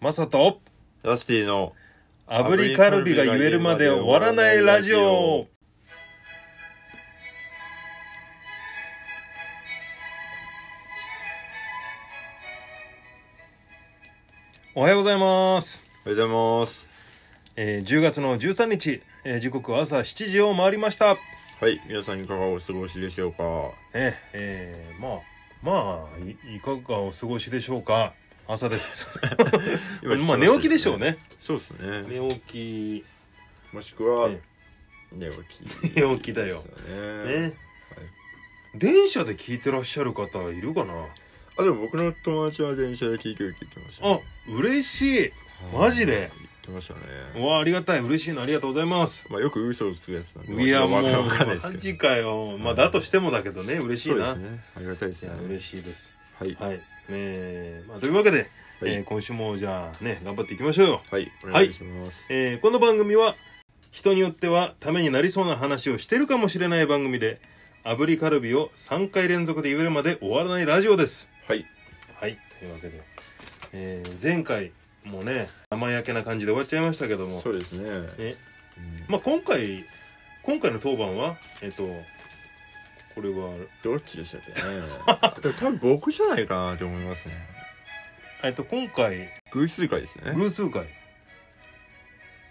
マサとラスティの炙りカルビが言えるまで終わらないラジオおはようございます、おはようございますえー10月の13日、えー時刻は朝7時を回りましたはい皆さんいかがお過ごしでしょうかねえーまあまあいいかがお過ごしでしょうか朝です まあ寝起きでしょうねそうですね起きもしくはえ寝起き寝起きだよですよねね、電車で聞いてらっしゃる方いるかなあでも僕の友達は電車で聞いてるって言ってましたあ嬉しいマジで言ってましたうねわありがたい嬉しいのありがとうございますまあよく嘘をつくやつなんでいやもわうかんないわかんないですマけどジかよまあだとしてもだけどね嬉しいな、そうですねありがたいですいねや嬉しいですはいはいえーまあ、というわけで、えー今週もじゃあね頑張っていきましょうよ、はいお願いしますえーこの番組は人によってはためになりそうな話をしてるかもしれない番組で炙りカルビを3回連続で言えるまで終わらないラジオですはいはい、というわけで、えー前回もね生焼けな感じで終わっちゃいましたけどもそ、うですねねうんまあ、今回今回の当番はえっ、とこれはどっちでしたっけね でも多分僕じゃないかなと思いますねえっ、と今回偶数回ですね偶数回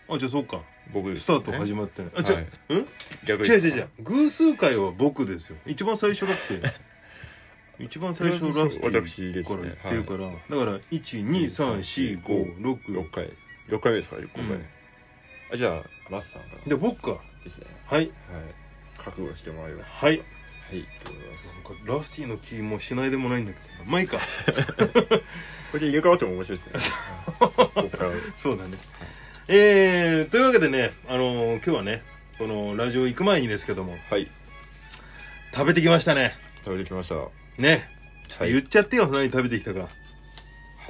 あじゃあそうか僕ですスタート始まってない、あじゃ、はいうん違逆う違う違う偶数回は僕ですよ一番最初だって 一番最初ラスト私ですからね言ってるから、だから1234566 6回6回目ですから6回目、うんあじゃあマスさんからで僕かですねはいはい覚悟してもらえばははいいと思いますなんかラスティの気もしないでもないんだけどまあいい かこれで入れ替わっても面白いで すねここからそうだね、えー、というわけでねあのー今日はねこのラジオ行く前にですけどもはい食べてきましたね食べてきましたはねちょっとい言っちゃってよ、何食べてきたかは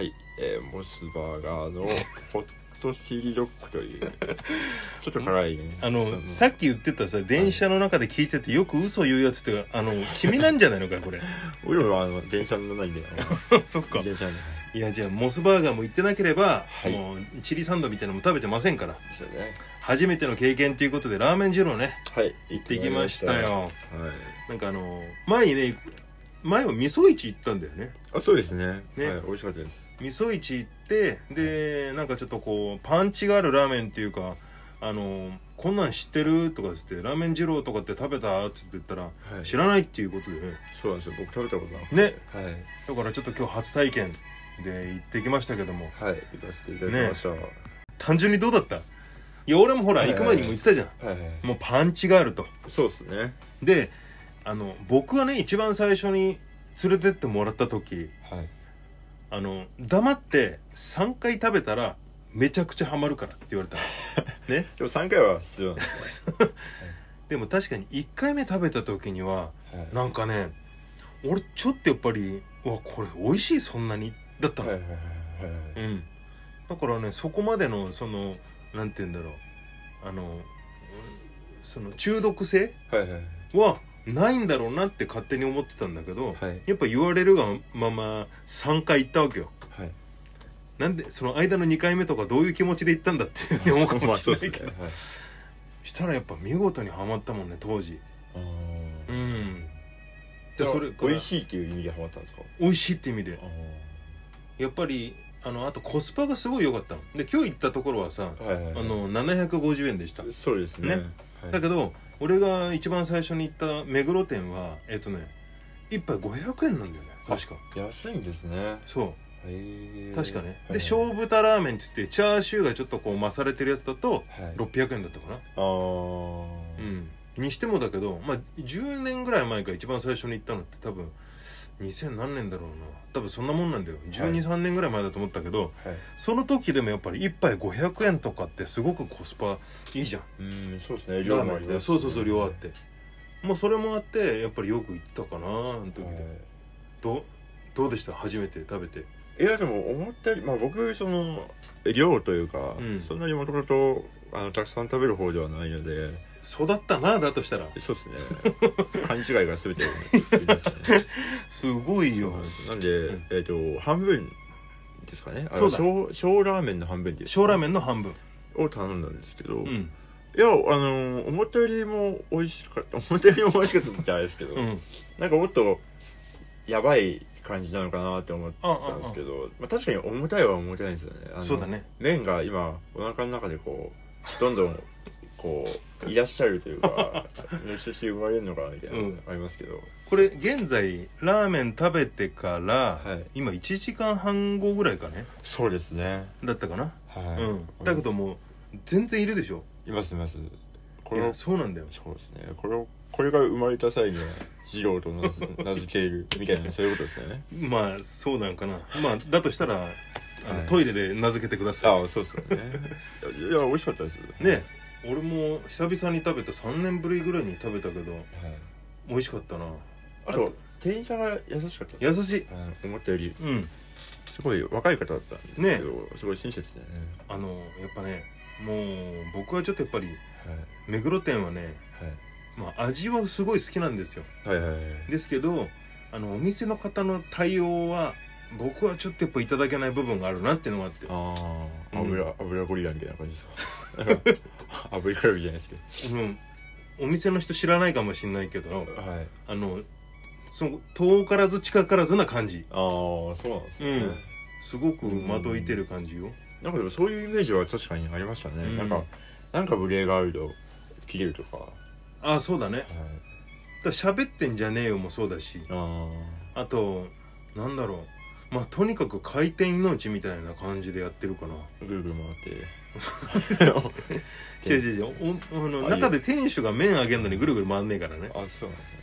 いえー、モスバーガー のホットシリドッグというちょっと辛いねあそのさっき言ってたさ電車の中で聞いててよく嘘言うやつってあの君なんじゃないのかこれ俺らはあの電車のないんであ そっのか電車のいやじゃあモスバーガーも行ってなければ、はいもうチリサンドみたいなのも食べてませんからでしたね初めての経験ということでラーメン二郎ねはい行ってきましたはよいなんかあの前にね前は味噌市行ったんだよねあそうですねねはい、美味しかったです味噌市行ってでなんかちょっとこうパンチがあるラーメンっていうかあのこんなん知ってるとかつってラーメン二郎とかって食べたって言ったらはい知らないっていうことでねそうなんですよ僕食べたことなくてねはいだからちょっと今日初体験で行ってきましたけどもはい、行かせていただきました。はい単純にどうだったいや俺もほらはい行はく前いにも言ってたじゃん、はい、もうパンチがあるとそうですね。であの僕はね一番最初に連れてってもらった時はい。あの黙って3回食べたらめちゃくちゃハマるからって言われたのねでも3回は必要なんですでも確かに1回目食べた時にはね。はいなんかね俺ちょっとやっぱりうわこれ美味しいそんなにだったの、はいはいはいはいはい。うんだからねそこまでのそのなんて言うんだろうあのうんその中毒性はいはいはないんだろうなって勝手に思ってたんだけど、はい。やっぱ言われるがまま3回行ったわけよはい。なんでその間の2回目とかどういう気持ちで行ったんだっていう ふうに思うかもしれないけど、まあそうっしたらやっぱ見事にはまったもんね当時すねはいあうーんでそれから美味しいっていう意味でハマったんですか美味しいって意味であやっぱりあのあとコスパがすごい良かったので今日行ったところはさーはいはいあはいの750円でしたそうですね。ねはいだけど俺が一番最初に行った目黒店はえっとね一杯500円なんだよね確か安いんですね。へそーう確かねではい小豚ラーメンって言ってチャーシューがちょっとこう増されてるやつだとはい。 600円だったかなあうーんにしてもだけどまあ10年ぐらい前から一番最初に行ったのって多分2000何年だろうな多分そんなもんなんだよ1 2 3年ぐらい前だと思ったけどはい。その時でもやっぱり一杯500円とかってすごくコスパいいじゃんうん、そうですね。ラ量ーもメあンりでますそうそうそう量あっはてもうそれもあってやっぱりよく行ってたかなあの時で、いどうどうでした初めて食べていやでも思ったよりまあ僕その量というか、うんそんなにもともとあのたくさん食べる方ではないので育ったなあだとしたらそ うですね勘違いが全てですねすごいよなんで、んえっ、と半分ですかねそうだ小小ラーメンの半分で小ラーメンンの半分を頼んだんですけど、ういんやあのー思ったよりも美味しかった思ったよりも美味しかったって言ったらあれですけど、うんなんかもっとやばい感じなのかなって思ったんですけどまあ、確かに重たいは重たいんですよねあのそうだね麺が今お腹の中でこうどんどんこういらっしゃるという か熱中して生まれるのかなみたいな、うんありますけどこれ現在ラーメン食べてから、はい今1時間半後ぐらいかねそうですねだったかな、はい、うんだけどもう全然いるでしょいますいますこいれをやそうなんだよそうですねこれをこれが生まれた際には二郎と名付名付けるみたいなそういうことです ねまあそうなんかなまあだとしたらあの、はいトイレで名付けてくださいああそうですよねいやいや美味しかったですね俺も久々に食べた3年ぶりぐらいに食べたけどはい美味しかったなあと店員さんが優しかったです優しいあの思ったよりうんすごい若い方だったんですけど、すごい親切でね、あのやっぱねもう僕はちょっとやっぱりはい目黒店はね、まあ、味はすごい好きなんですよはいはいはいはいですけどあのお店の方の対応は僕はちょっとやっぱいただけない部分があるなっていうのがあってああうん油、油ゴリラみたいな感じです か油ゴリラじゃないですけうんお店の人知らないかもしれないけどどはいあのその遠からず近からずな感じああそうなんですね、うんすごく惑いてる感じよ、なんかでもそういうイメージは確かにありましたね、うんなんかなんか無礼があると切れるとか、はい、ああそうだねだから喋ってんじゃねえよもそうだしああとなんだろうまあとにかく回転命みたいな感じでやってるかなあぐるぐる違う回って違う違うおあのあ中で店主が麺あげんのにぐるぐる回んねえからねあそうなんですね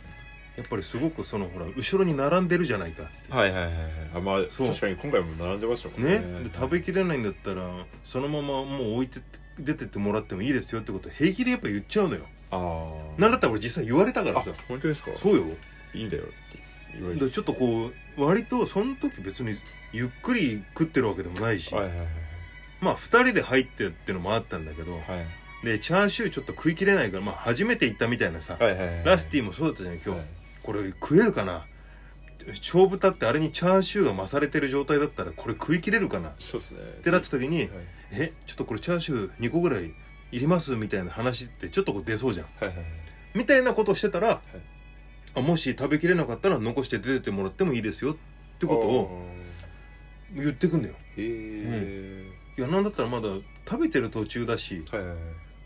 やっぱりすごくそのほら後ろに並んでるじゃないかっつって、はいはいはいはいあまあそう確かに今回も並んでましたもんねでね食べきれないんだったらそのままもう置いてって出てってもらってもいいですよってこと平気でやっぱ言っちゃうのよあーなんだったら俺実際言われたからあさ本当ですかそうよいいんだよって言わだれかてらちょっとこう割とその時別にゆっくり食ってるわけでもないし、はいはいはいまあ2人で入ってってのもあったんだけど、はいでチャーシューちょっと食いきれないから、まあ、初めて行ったみたいなさ、はいはいはいラスティィもそうだったじゃん今日、はいこれ食えるかな小豚ってあれにチャーシューが勝れてる状態だったらこれ食いきれるかなっそうですねってなった時にはい「えちょっとこれチャーシュー2個ぐらいいります?」みたいな話ってちょっとこう出そうじゃんはいはいはいみたいなことをしてたら、あもし食べきれなかったら残して出てってもらってもいいですよってことを言ってくんだよあーへいやなんだったらまだ食べてる途中だしえはいはいはい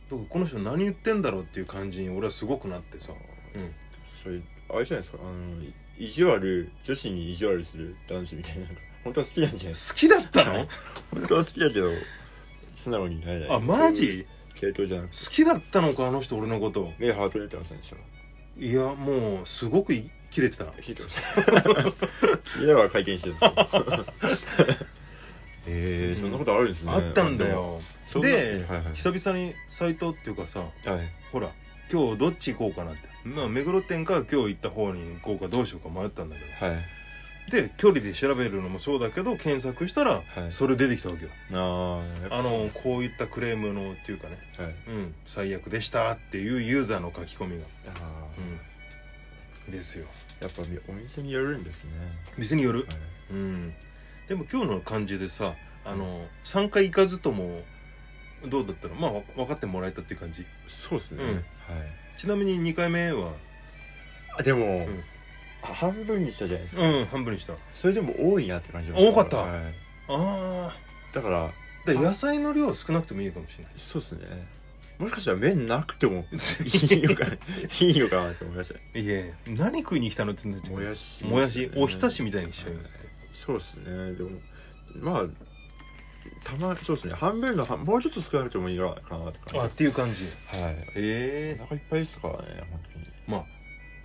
だからこの人何言ってんだろうっていう感じに俺はすごくなってさそううんそれあれじゃないですかあのい意地悪女子に意地悪する男子みたいななんか 本当は好きなんじゃないです好かきだったの本当は好きだけど素直になれないあマそういうジ系統じゃなくて好きだったのかあの人俺のこと目ハート出てませんでしたいやもうすごくい切れてたへ聞いてました家は会見してるんですけど へえそんなことあるんですねあったんだよそんなではいはい久々に斎藤っていうかさはいほら今日どっち行こうかなってまあ目黒店か今日行った方に行こうかどうしようか迷ったんだけはいどで距離で調べるのもそうだけど検索したらはいそれ出てきたわけよ、あああのこういったクレームのっていうかねはいうん最悪でしたっていうユーザーの書き込みがあうあんですよやっぱみお店によるんですね店によるはいうんでも今日の感じでさあの3回行かずともどうだったのまあわ分かってもらえたっていう感じそうですねうんはいちなみに2回目はあでも、んあ半分にしたじゃないですか、うん半分にしたあそれでも多いなって感じが多かったはい、あだからーだから野菜の量は少なくてもいいかもしれ ないそうですねもしかしたら麺なく てもいいのかいいのかなって思いましたいえ何食いに来たのってなっちゃうもやしもやしおひたしみたいにしちゃうよはいそうですねでもまあたまそうですね半分の半もうちょっと少なくてもいいのかなって感じあっていう感じはいえお腹いっぱいですからね本当にえまあ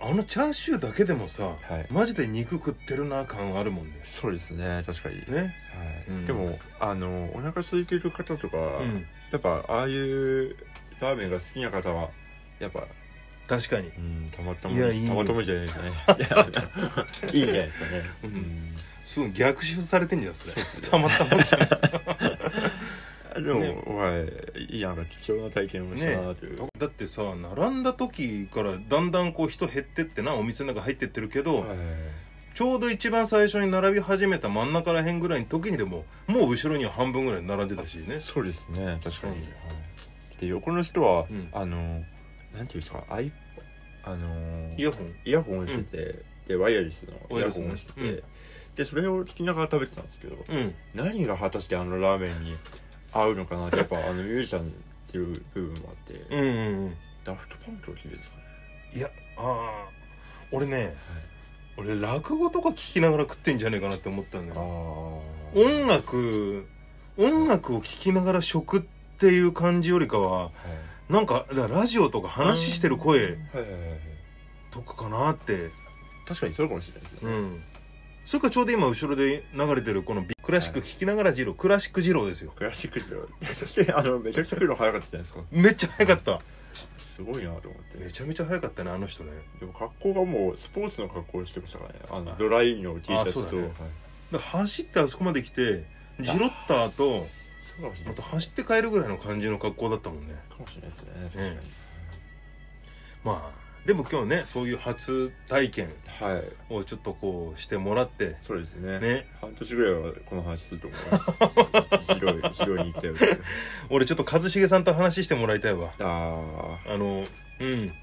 あのチャーシューだけでもさはいマジで肉食ってるな感あるもんねそうですね確かに、ねはいうんでもあのお腹空いてる方とか、うんやっぱああいうラーメンが好きな方はやっぱ確かにうんたまたまいやいいたまたまじゃないですね いいんじゃないですかね、うんうんすごい逆襲されてんじゃんそれたまったもんじゃ ないですかあでも、ねはいいいなんか貴重な体験をしたなという、だだってさ並んだ時からだんだんこう人減ってってなお店の中入ってってるけど、はいちちょうど一番最初に並び始めた真ん中らへんぐらいの時にでももう後ろには半分ぐらい並んでたしねそうですね確かに、うんで横の人は、うんあのなんていうんですかアイあのイヤホンイヤホンをしてて、でワイヤレスのイヤホンワイヤをレしスてて、ねうんでそれを聞きながら食べてたんですけどうん何が果たしてあのラーメンに合うのかなってやっぱあのミュージシャンっていう部分もあって、うんうんうんダフトパンクの日ですかねいやああ俺ね、俺落語とか聞きながら食ってんじゃねえかなって思ったんだよ音楽、楽音楽を聴きながら食っていう感じよりかははいなんかだからラジオとか話してる声はいはいはいはいとかかなって確かにそうかもしれないですね、うんそれかちょうど今後ろで流れてるこのビクラシック聴きながら二郎クラシック二郎ですよクラシックではそしてあのめちゃくちゃ来るの早かったじゃないですかめっちゃ早かったすごいなと思って、めちゃめちゃ早かったねあの人ねでも格好がもうスポーツの格好をしてましたからねあはのいドライの T シャツとあそ,、そううだねだから走ってあそこまで来てジロッターとかもしれなまいた走って帰るぐらいの感じの格好だったもんねかもしれないですね確かうんまあでも今日ねそういう初体験に、はいをちょっとこうしてもらってそうですねね半年ぐらいはこの話すると思 う広い広いに行ったよ俺ちょっと一茂さんと話してもらいたいわああのうん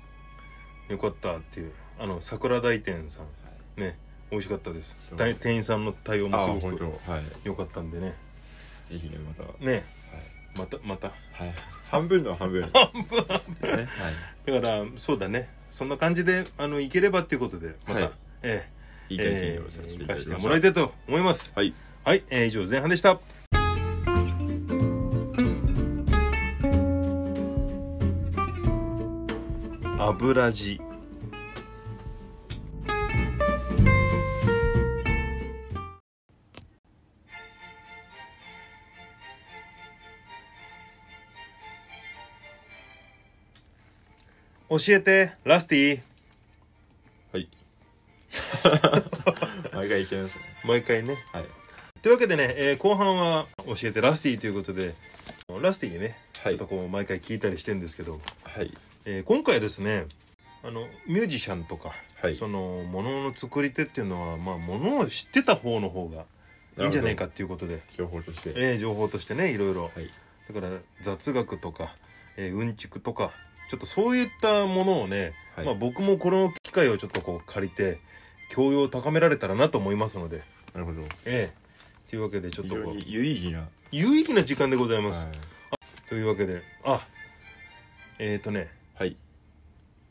よかったっていうあの桜大店さんあね美味しかったですそう大店員さんの対応あもあすご本く当はい良かったんでねぜひねまたはねいまたまたはい半分の半分半分ねはいだからそうだねそんな感じであの行ければっていうことでまた、はいええいい経え験をさせえてい行たかだせきてましもらいたいと思いますたはいはい、えー以上前半でした油地教えてラスティはい 毎回いけますね毎回ねはいというわけでね、えー後半は教えてラスティということでラスティにね、はいちょっとこう毎回聞いたりしてるんですけど、はいえー今回はですねあのミュージシャンとか、はいそのものの作り手っていうのはまあものを知ってた方の方がいいんじゃないかっていうことで、情報としてえー情報としてねいろいろはいだから雑学とか、えーうんちくとかちょっとそういったものをね、はいまあ、僕もこの機会をちょっとこう借りて教養を高められたらなと思いますのでなるほどええというわけでちょっ非とこ常うに有意義な有意義な時間でございます、はいというわけであえっ、ー、とねはい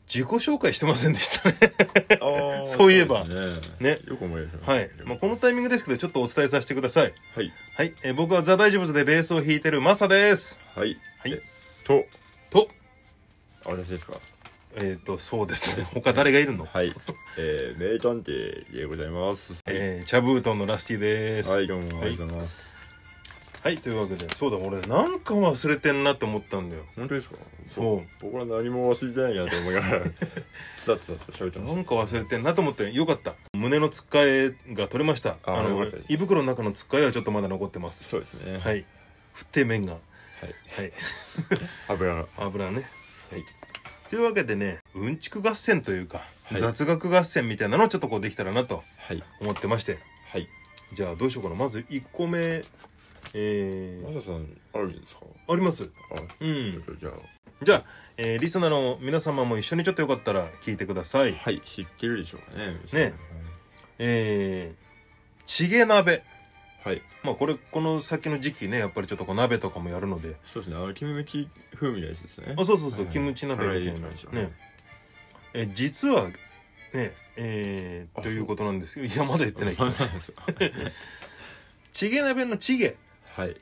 自己紹介してませんでした ねあーそういえばそうですねねよく思い出しましたはい、 まあ、このタイミングですけどちょっとお伝えさせてくださいはいはい、えー僕はザ・大丈夫ズでベースを弾いてるマサですはいはいえととあ私ですかえっ、ー、とそうですね 他誰がいるのはいえー名探偵でございますえー、チャブートンのラスティですは、はいいどうもありがとうございますというわけでそうだ俺なんか忘れてんなって思ったんだよ本当ですかそう僕は何も忘れてないなと思いながらつたつたと喋ってまな しんか忘れてんなと思ってよかった胸のつっかえが取れましたあーあよかのったです胃袋の中のつっかえはちょっとまだ残ってまたすそうですねはい振って麺がはい はい油はい油ねというわけでねうんちく合戦というか、はい雑学合戦みたいなのをちょっとこうできたらなとはい思ってましてはいじゃあどうしようかなまず1個目えマー、サさんあるんですかありますあうんじゃあじゃあ、えーリスナーの皆様も一緒にちょっとよかったら聞いてくださいはい知ってるでしょうかねねえー、チゲ鍋はいまあこれこの先の時期ねやっぱりちょっとこう鍋とかもやるのでそうですねあのキムチ風味のやつですねあそうそうそう、はいキムチ鍋みたいな辛いやつねえ実はねえーあということなんですけどいやまだ言ってないチゲ鍋のチゲ はい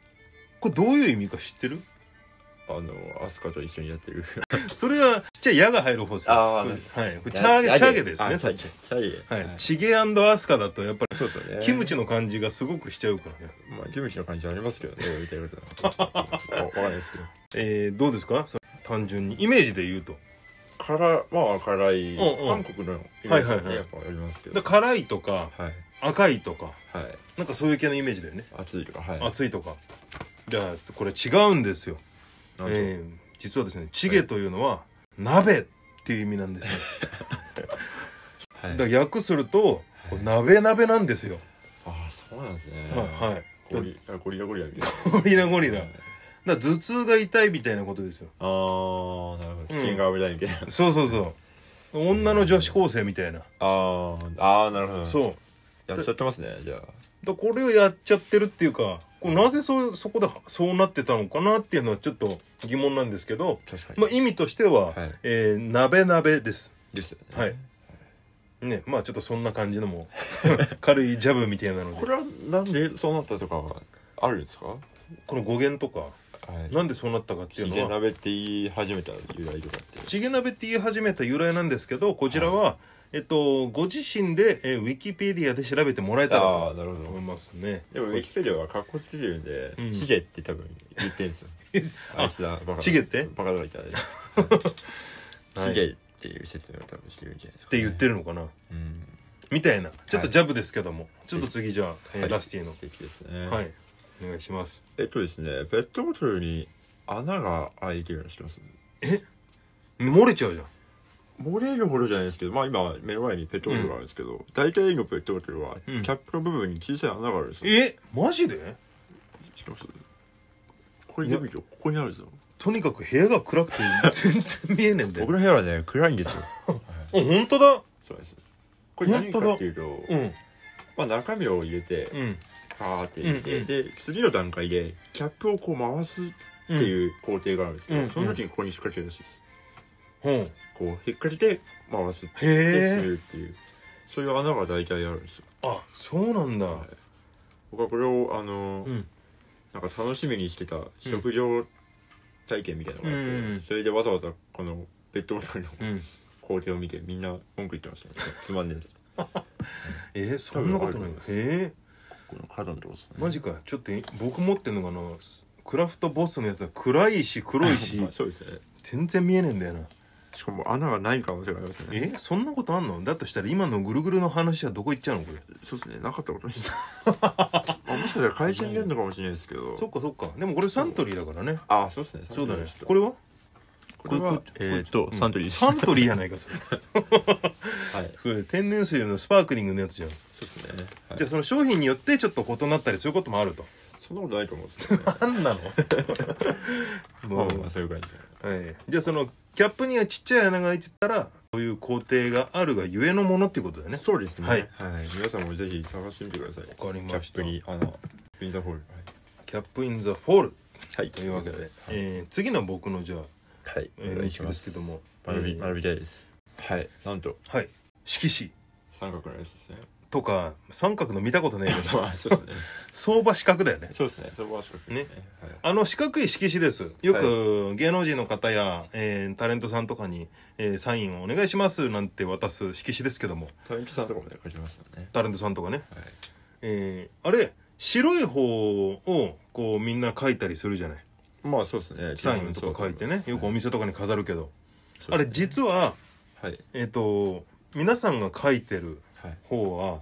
これどういう意味か知ってるあのアスカと一緒に やってるそれはちっちゃい矢が入る方ですよあーこれはいこれチャーゲチャーゲですねあチそャっゲちチャゲはい、はいチゲアスカだとやっぱそうですよりねキムチの感じがすごくしちゃうからね、まあキムチの感じありますけどねみたいなことはわわかんないですけどえーどうですかそれ単純にイメージで言うと辛まあ辛いうんうん韓国のイメージはいははいはねいやっぱありますけどだから辛いとかはい赤いとかはいなんかそういう系のイメージだよね熱いとかはい熱いとかじゃあこれ違うんですよ、なんでえー実はですねチゲというのは鍋っていう意味なんですよ、はいだから訳するとこれ鍋鍋なんですよああそうなんですねはいはいゴリあゴリラゴリラみたいゴリラゴリラなだから頭痛が痛いみたいなことですよあーなるほど危険が危ないみたいな、そうそうそう女の女子高生みたいな、あーあーなるほどそうやっちゃってますねじゃあだからこれをやっちゃってるっていうかこれなぜそうそこでそうなってたのかなっていうのはちょっと疑問なんですけど、確かに、まあ、意味としては、はいえー鍋鍋ですですよね、はいねまあちょっとそんな感じのも 軽いジャブみたいなのでこれはなんでそうなったとかはあるんですか、はこの語源とかい、なんでそうなったかっていうヒのゲは鍋って言い始めた由来とかってチゲ鍋って言い始めた由来なんですけどこちらは、えっと、ご自身で、えーウィキペディアで調べてもらえたらああとなるほ思どいますねでもウィキペディアは格好つけてるんで、うんチゲって多分言ってんですよ ああいつだバカだチゲってバカだみたい なはいチゲっていう説明を多分してるんじゃないですっかてね、言ってるのかなうんみたいなちょっとはいジャブですけども、ちょっと次じゃあ、えーはいラスティの素敵ですねはい。お願いします。えっとですねペットボトルに穴が開いてるの知ってます漏れちゃうじゃん。漏れるほどじゃないですけどまあ今目の前にペットボトルがあるんですけど、大体のペットボトルはキうんャップの部分に小さい穴があるんですよ、えマジで知ってますこれ指とここにあるんですよとにかく部屋が暗く て全然見えねえんだよ僕。の部屋はね暗いんですよあ、本当だそうですこれ何かっていうと、うん。まあ、中身を入れてうん。パーって入れて、うんうんで次の段階でキャップをこう回すってう。いう工程があるんですけど、うんその時にここに引っ掛けるらしいですうん。へこう引っ掛けて回すってすえ。るっていう、そういう穴が大体あるんですよあ、そうなんだ。はい僕はこれをあのーうん。なんか楽しみにしてた職業体験みたいなのがあって、うんそれでわざわざこのペットボトルのうん。工程を見てみんな文句言ってま したねつまんねえですえー、そんなことない多へ分。え。この角のとこですねマジか。ちょっと僕持ってんのかな。クラフトボスのやつは暗いし黒い しまあそうですね全然見えねえんだよなしかも穴がない可能性がありますねえそんなことあんのだとしたら今のぐるぐるの話はどこ行っちゃうのこれそうですねなかったことにあもしかしたら会社にいるのかもしれないですけどそっかそっかでもこれサントリーだからねあそうですねそうだねここれれはこれこはこえーっとうんサントリーですサントリーやないかそれはいこれ 天然水のスパークリングのやつじゃん、そうですねはいじゃあその商品によってちょっと異なったりそういうこともあるとそんなことないと思うんですけどね何なのま あもう、まあそういう感じはい、じゃあそのキャップにはちっちゃい穴が開いてたらそういう工程があるがゆえのものっていうことだよねそうですねはい皆さんもぜひ探してみてくださいわかりキャましッたプキに穴ピンザホールャップインザフォールはいというわけで、はいえー次の僕のじゃあ、はいえお願ー、いし曲まですすけども、学びえー学びたいですはいなんとはい色紙三角のやつですねとか三角の見たことねえけど まあそうですね相場四角だよねそうですねそこは四角ねあの四角い色紙ですよく芸能人の方や、えータレントさんとかに、えーサインをお願いしますなんて渡す色紙ですけどもタイキさんとかもね書きますよねタレントさんとかね、はいえーあれ白い方をこうみんな書いたりするじゃないまあそうですねサインとか書いてねよくお店とかに飾るけど、ああれれ実ははいえっ、と皆さんが書いてるはい方は、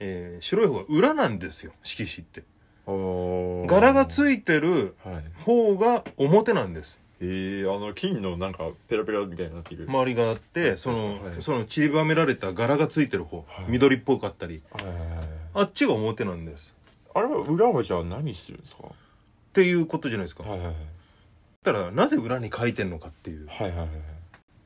えー白い方が裏なんですよ色紙っておー柄がついてるはい方が表なんですえー、あの金のなんかペラペラみたいになってる、周りがあってその,、はいその散りばめられた柄がついてる方、はい緑っぽかったりはいはいはいはいあっちが表なんですあれは裏はじゃあ何するんですかはっていうことじゃないですか、いはいはいだからなぜ裏に書いてんのかっていうはいはいはい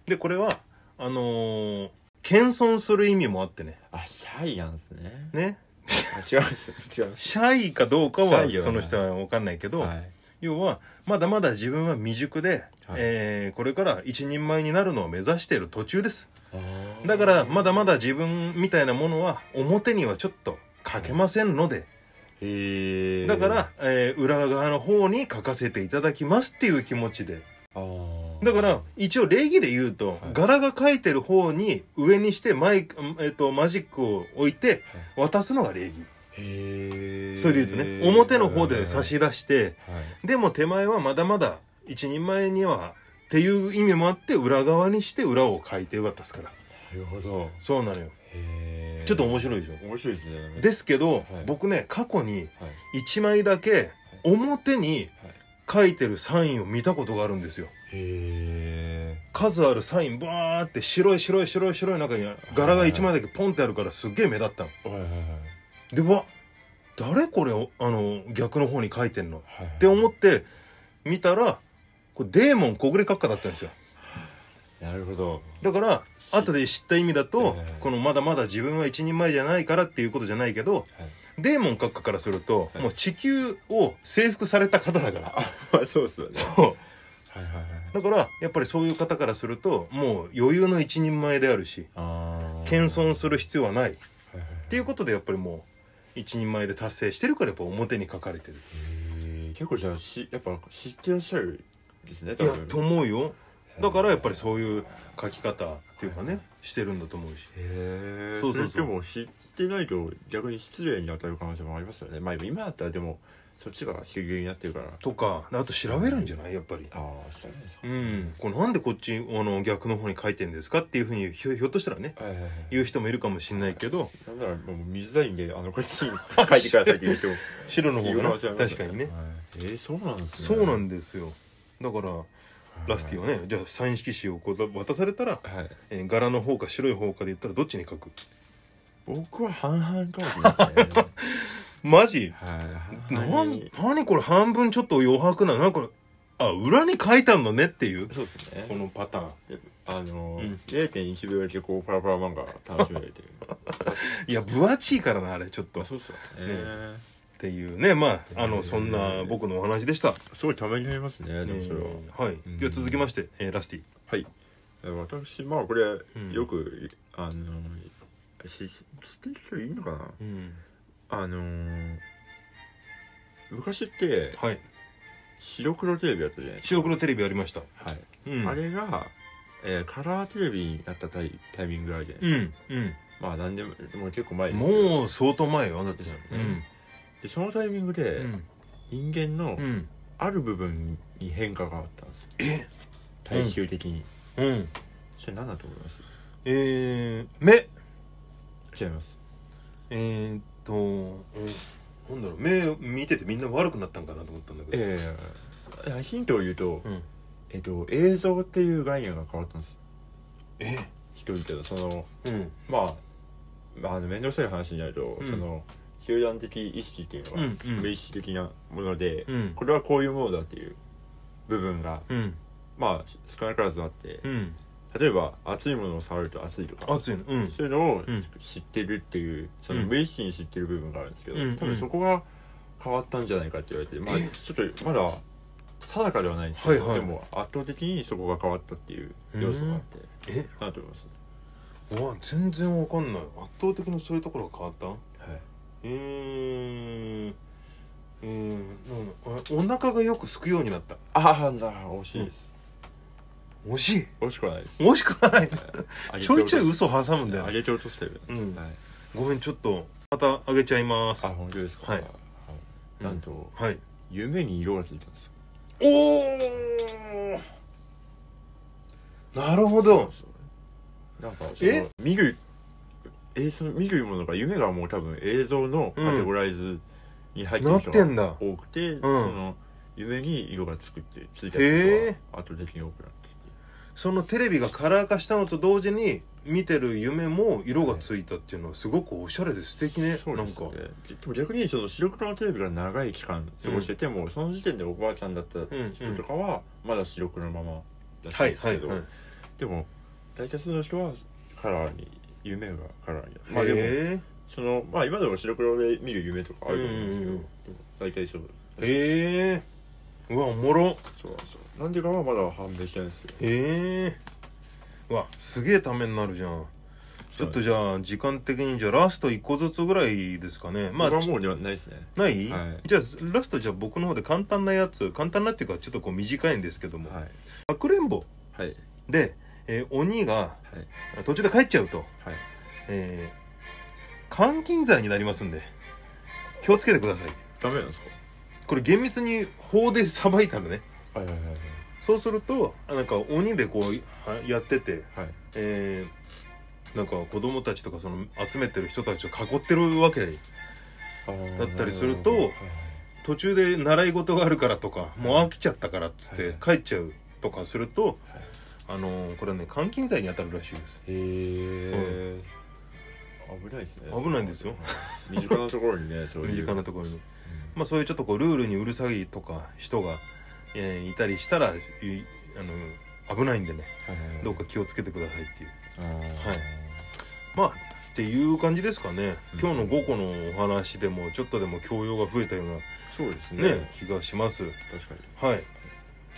でこれはあのー謙遜する意味もあってねあシャイなんですねねあ違います違いますシャイかどうかはシャイよねその人は分かんないけど、はい要はまだまだ自分は未熟で、はいえーこれから一人前になるのを目指している途中ですあーだからまだまだ自分みたいなものは表にはちょっと書けませんので、へーだから、えー裏側の方に書かせていただきますっていう気持ちであーだから一応礼儀で言うと、はい柄が書いてる方に上にしてマイク、えっとマジックを置いて渡すのが礼儀、へえそれで言うとね表の方で差し出してはいでも手前はまだまだ一人前にはっていう意味もあって裏側にして裏を書いて渡すからなるほどそうなのよへえちょっと面白いでしょ面白いですねですけど、はい僕ね過去にはい1枚だけ表にはい書いてるサインを見たことがあるんですよへえ数あるサインバーって白い白い白い白い中に柄が1枚だけポンってあるからすっげえ目立ったのはいはいはいでうわ誰これをあの逆の方に書いてんのはいって思って見たらこれデーモン小暮閣下だったんですよなるほどだから後で知った意味だと、ええこのまだまだ自分は一人前じゃないからっていうことじゃないけど、デーモン閣下からすると、はいもう地球を征服された方だからまあそうっすよね そうはいはいはいだからやっぱりそういう方からするともう余裕の一人前であるしあー謙遜する必要はないっはいはいはいていうことでやっぱりもう一人前で達成してるからやっぱ表に書かれてるへー結構じゃあしやっぱ知ってらっしゃるんですねいやと思うよだからやっぱりうそういう書き方っていうかねしてるんだと思うしへえそそううそそうそううそうでも知ってないと逆に失礼に当たる可能性もありますよねまあ今だったらでもそっちが主流になってるからとかあと調べるんじゃないやっぱりああそうなんですかうんこれなんでこっちあの逆の方に書いてんですかっていうふうにひょひょっとしたらねはいはいはい言う人もいるかもしれないけどなんならもう水だいんであのこっちに書いてください って言っても白の方言うがね可能性あります確かにねはいえー、そうなんですねそうなんんですよだからラスティはねじゃあサイン色紙をこう渡されたら、はいえー柄の方か白い方かで言ったらどっちに書く僕は半々かもしれ ないですねマジはい半な々んに何これ半分ちょっと余白ななんかこれあ裏に書いてあんのねっていうそうですねこのパターンであのうんー、0.1秒だけこうパラパラ漫画楽しめられ てるいや分厚いからなあれちょっとあっそうっすよねていうねまああえのーそんな僕のお話でした、すごいためになりますねでもそれは、えーはいうんでは続きまして、えーラスティはいえ私まあこれんよく、あのーししてる人いいのかなうんあのー昔ってはい白黒テレビやったじゃないですか白黒テレビありましたはい、うんあれが、えーカラーテレビになったタイタイミングがあるじゃないうですんうんか、まあ何でももう結構前ですけどもう相当前よだってですよねうんでそのタイミングで、うん人間のうんある部分に変化があったんですよえ大衆的に、うんそれ何だと思いますえー目違いますえーっとえなんだろう目を見ててみんな悪くなったんかなと思ったんだけどええヒントを言うと、うんえっと、映像っていう概念が変わったんですよえ人々のそのうんまあまああの面倒くさい話になると、うんその集団的意識っていうのが、うんうん無意識的なもので、うんこれはこういうものだっていう部分がうんまあ少なからずあって、うん例えば熱いものを触ると熱いとか熱いのうんそういうのをうん知ってるっていうそのうん無意識に知ってる部分があるんですけど、うんうん多分そこが変わったんじゃないかって言われて、まあえちょっとまだ定かではないんですけど、はいはいでも圧倒的にそこが変わったっていう要素があって、えなんと思います、うわ全然わかんない圧倒的にそういうところが変わったはい、えーえー、なんだおお腹がよくすくようになったああな惜しいです、惜しい惜しくはないです惜しくはないはいちょいちょい嘘挟むんだよ上ねげて落としてる、うんはい、ごめんちょっとまたあげちゃいますあ本当ですかはいいなんと、はい夢に色がついたんですよおおなるほどなんかそえの見るえその見るものが夢がもう多分映像のカテゴライズに入ってなるっ人てがんだ多くて、その夢に色がつくってついたへ人えが圧倒的に多くなってそのテレビがカラー化したのと同時に見てる夢も色がついたっていうのはすごくおしゃれで素敵ね、そうなでんすかねでも逆にその白黒のテレビが長い期間過ごしてても、その時点でおばあちゃんだった人とかはまだ白黒のままだったんですけど、でも大多数の人はカラーに夢がカラーになるまあでもへそのまあ今でも白黒で見る夢とかあると思うんですけど、うんうんうんでも大体そうえへえうわおもろそうなんですよなんでかはまだ判明してないんですよへえうわすげえためになるじゃんちょっとじゃあ時間的にじゃあラスト1個ずつぐらいですかねままああもうではないですねない、はいじゃあラストじゃあ僕の方で簡単なやつ簡単なっていうかちょっとこう短いんですけどもはいかくれんぼはいで、えー鬼がはい途中で帰っちゃうと、はいえー監禁罪になりますんで気をつけてくださいダメなんですかこれ厳密に法で裁いたらねはいはいはいはいそうするとあなんか鬼でこうはやってて、はいえーなんか子供たちとかその集めてる人たちを囲ってるわけであーだったりするとはいはい途中で習い事があるからとかもう飽きちゃったからっつっはてい帰っちゃうとかすると、あのこれはね監禁罪に当たるらしいですへえ、危ないですね危ないんですよ身近なところ にねそういう身近なところに、まあ、そういうちょっとこうルールにうるさいとか人が、えーいたりしたらいあの危ないんでねはいはいはいどうか気をつけてくださいっていうあーはいまあっていう感じですかねうん今日の5個のお話でもちょっとでも教養が増えたようなそうですねね気がします確かにはい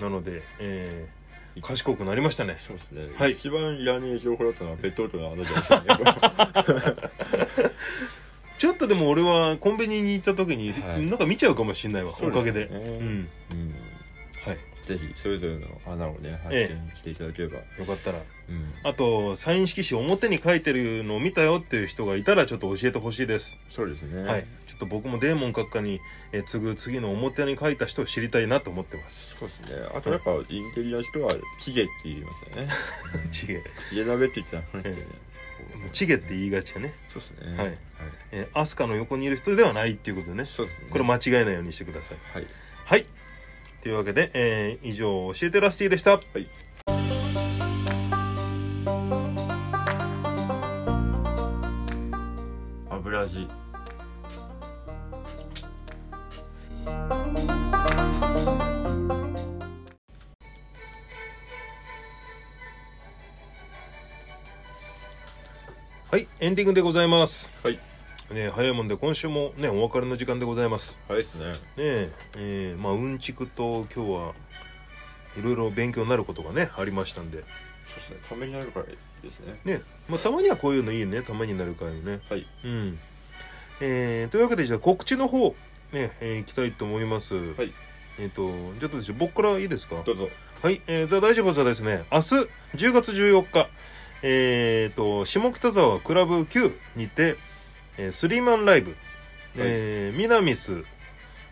なので、えー賢くなりましたねそうですね、はい一番いらねえ情報だったのはペットボトルの穴じゃ ないですかねちょっとでも俺はコンビニに行った時に、はいなんか見ちゃうかもしんないわ、おかげで、そうすうねんうんはいぜひそれぞれの穴をね発ええ見していただければ、よかったらうん、あとサイン色紙表に書いてるのを見たよっていう人がいたらちょっと教えてほしいです、そうですねはいちょっと僕もデーモン閣下にえー次ぐ次の表に書いた人を知りたいなと思ってますそうですねあとやっぱインテリな人はチゲって言いますよ ねチゲチゲ鍋って言ってたらねもうチゲって言いがちやね、そうですねはいえー、アスカの横にいる人ではないっていうことでねそうですねこれ間違えないようにしてくださいはいはいというわけで、えー以上教えてラスティでしたはい油味はいエンディングでございますはいね早いもんで今週もねお別れの時間でございます早いですねねええーまあうんちくと今日はいろいろ勉強になることがねありましたんでそうですねためになるからいいですねねまあたまにはこういうのいいねたまになるからねはいうんえーというわけでじゃあ告知の方ねえーいきたいと思いますはいえっ、とじゃあどうでしょう僕からいいですかどうぞはい、えー、ザ・大丈夫さんですね、明日10月14日、えー、と、下北沢クラブ Q にて、えースリーマンライブ、えーミナミス、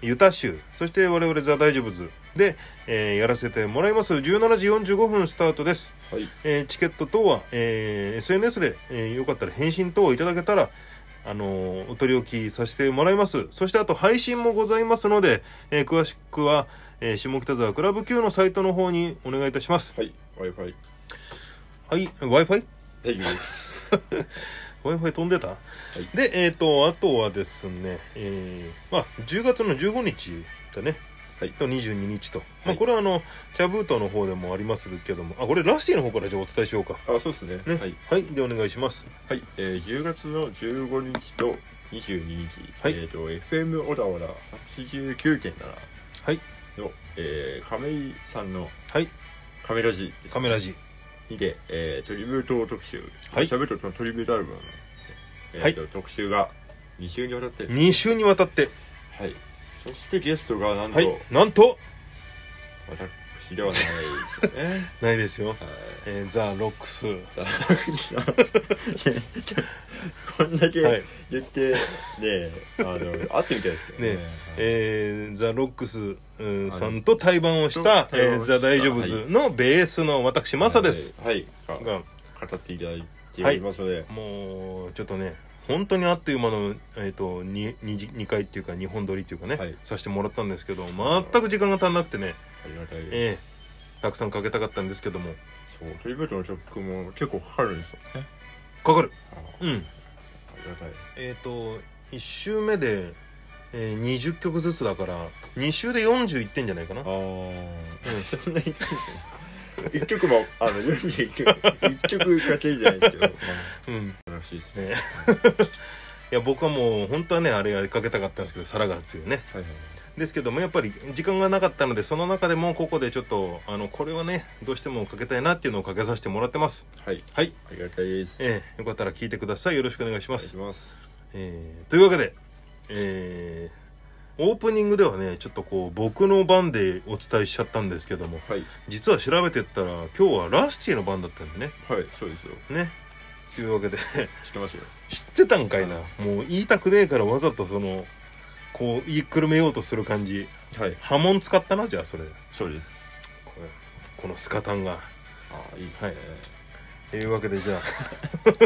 ユタ州、そして我々ザ・大丈夫ズで、えーやらせてもらいます。17時45分スタートです。はいえーチケット等は、えー SNS で、えーよかったら返信等をいただけたら、あのーお取り置きさせてもらいます。そしてあと配信もございますので、えー詳しくは、えー下北沢クラブ Q のサイトの方にお願いいたします。はい Wi-Fi はい、Wi-Fi? 大丈夫です Wi-Fi 飛んでた、いで、えっ、と、あとはですね、えーまあ、10月の15日だね。はいと22日と、まはあ、いこれはあのチャブートの方でもありますけどもあこれラスティの方からじゃあお伝えしようかあそうですねねはいはいでお願いしますはい、えー、10月の15日と22日、はいえっ、と FM 小田原89.7はいの、えー、亀井さんのはいカメラジですカメラ G にて、えー、トリビュート特集、はいシャベットのトリビュートアルバムの、えーと特集が2週にわたって、 2週にわたってはい、そしてゲストがなんと、はいなんと私ではないですね。 ないですよ、はいえーザ・ロックスさあこんはだいけ言って、ねあの会ってみたいですけどねえーザ・ロックスうんはいさんと対バンをした、とえーザ・大丈夫ズのベースの私マサです、はい、はいがが語っていただいておりますので、もうちょっとね本当にあっという間の、えー、と 2, 2回っていうか2本撮りっていうかね、はいさせてもらったんですけど全く時間が足んなくてね、ありがたいです、えーたくさんかけたかったんですけどもそうトリブートの曲も結構かかるんですよねかかるあうんありがたいえっ、と1週目で、えー20曲ずつだから2週で41点じゃないかなああ、そんなに 一曲もあの41曲 一曲勝ちじゃないですけど、まうんあ、楽しいですねねいや僕はもう本当はねあれかけたかったんですけど皿が熱いよねはいはいですけどもやっぱり時間がなかったのでその中でもここでちょっとあのこれはねどうしてもかけたいなっていうのをかけさせてもらってますはいはい、ありがたいですえーよかったら聞いてくださいよろしくお願いしおま願いすし、ますえーというわけでえーオープニングではねちょっとこう僕の番でお伝えしちゃったんですけどもはい実は調べてったら今日はラスティの番だったんでねはいそうですよねというわけで 知ってますよ知ってたんかいなもう言いたくねえからわざとそのこう言いくるめようとする感じはい波紋使ったなじゃあそれそうですこれこのスカタンがああいいですはねいというわけでじゃあ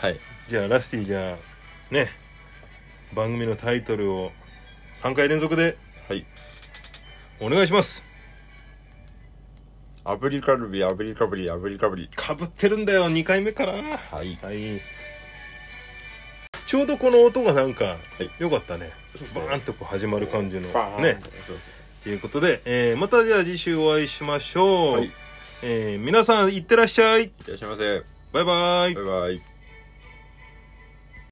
はいじゃあラスティじゃあね番組のタイトルを3回連続ではいお願いします炙りカルビ炙りかぶり炙りかぶりかぶってるんだよ2回目からはいはいちょうどこの音がなんかはい良かったね、そうですねバーンとこう始まる感じのバーンねそうということで、えーまたじゃあ次週お会いしましょう、はいいえー皆さんいってらっしゃいらっしゃいませバイバイバイバイ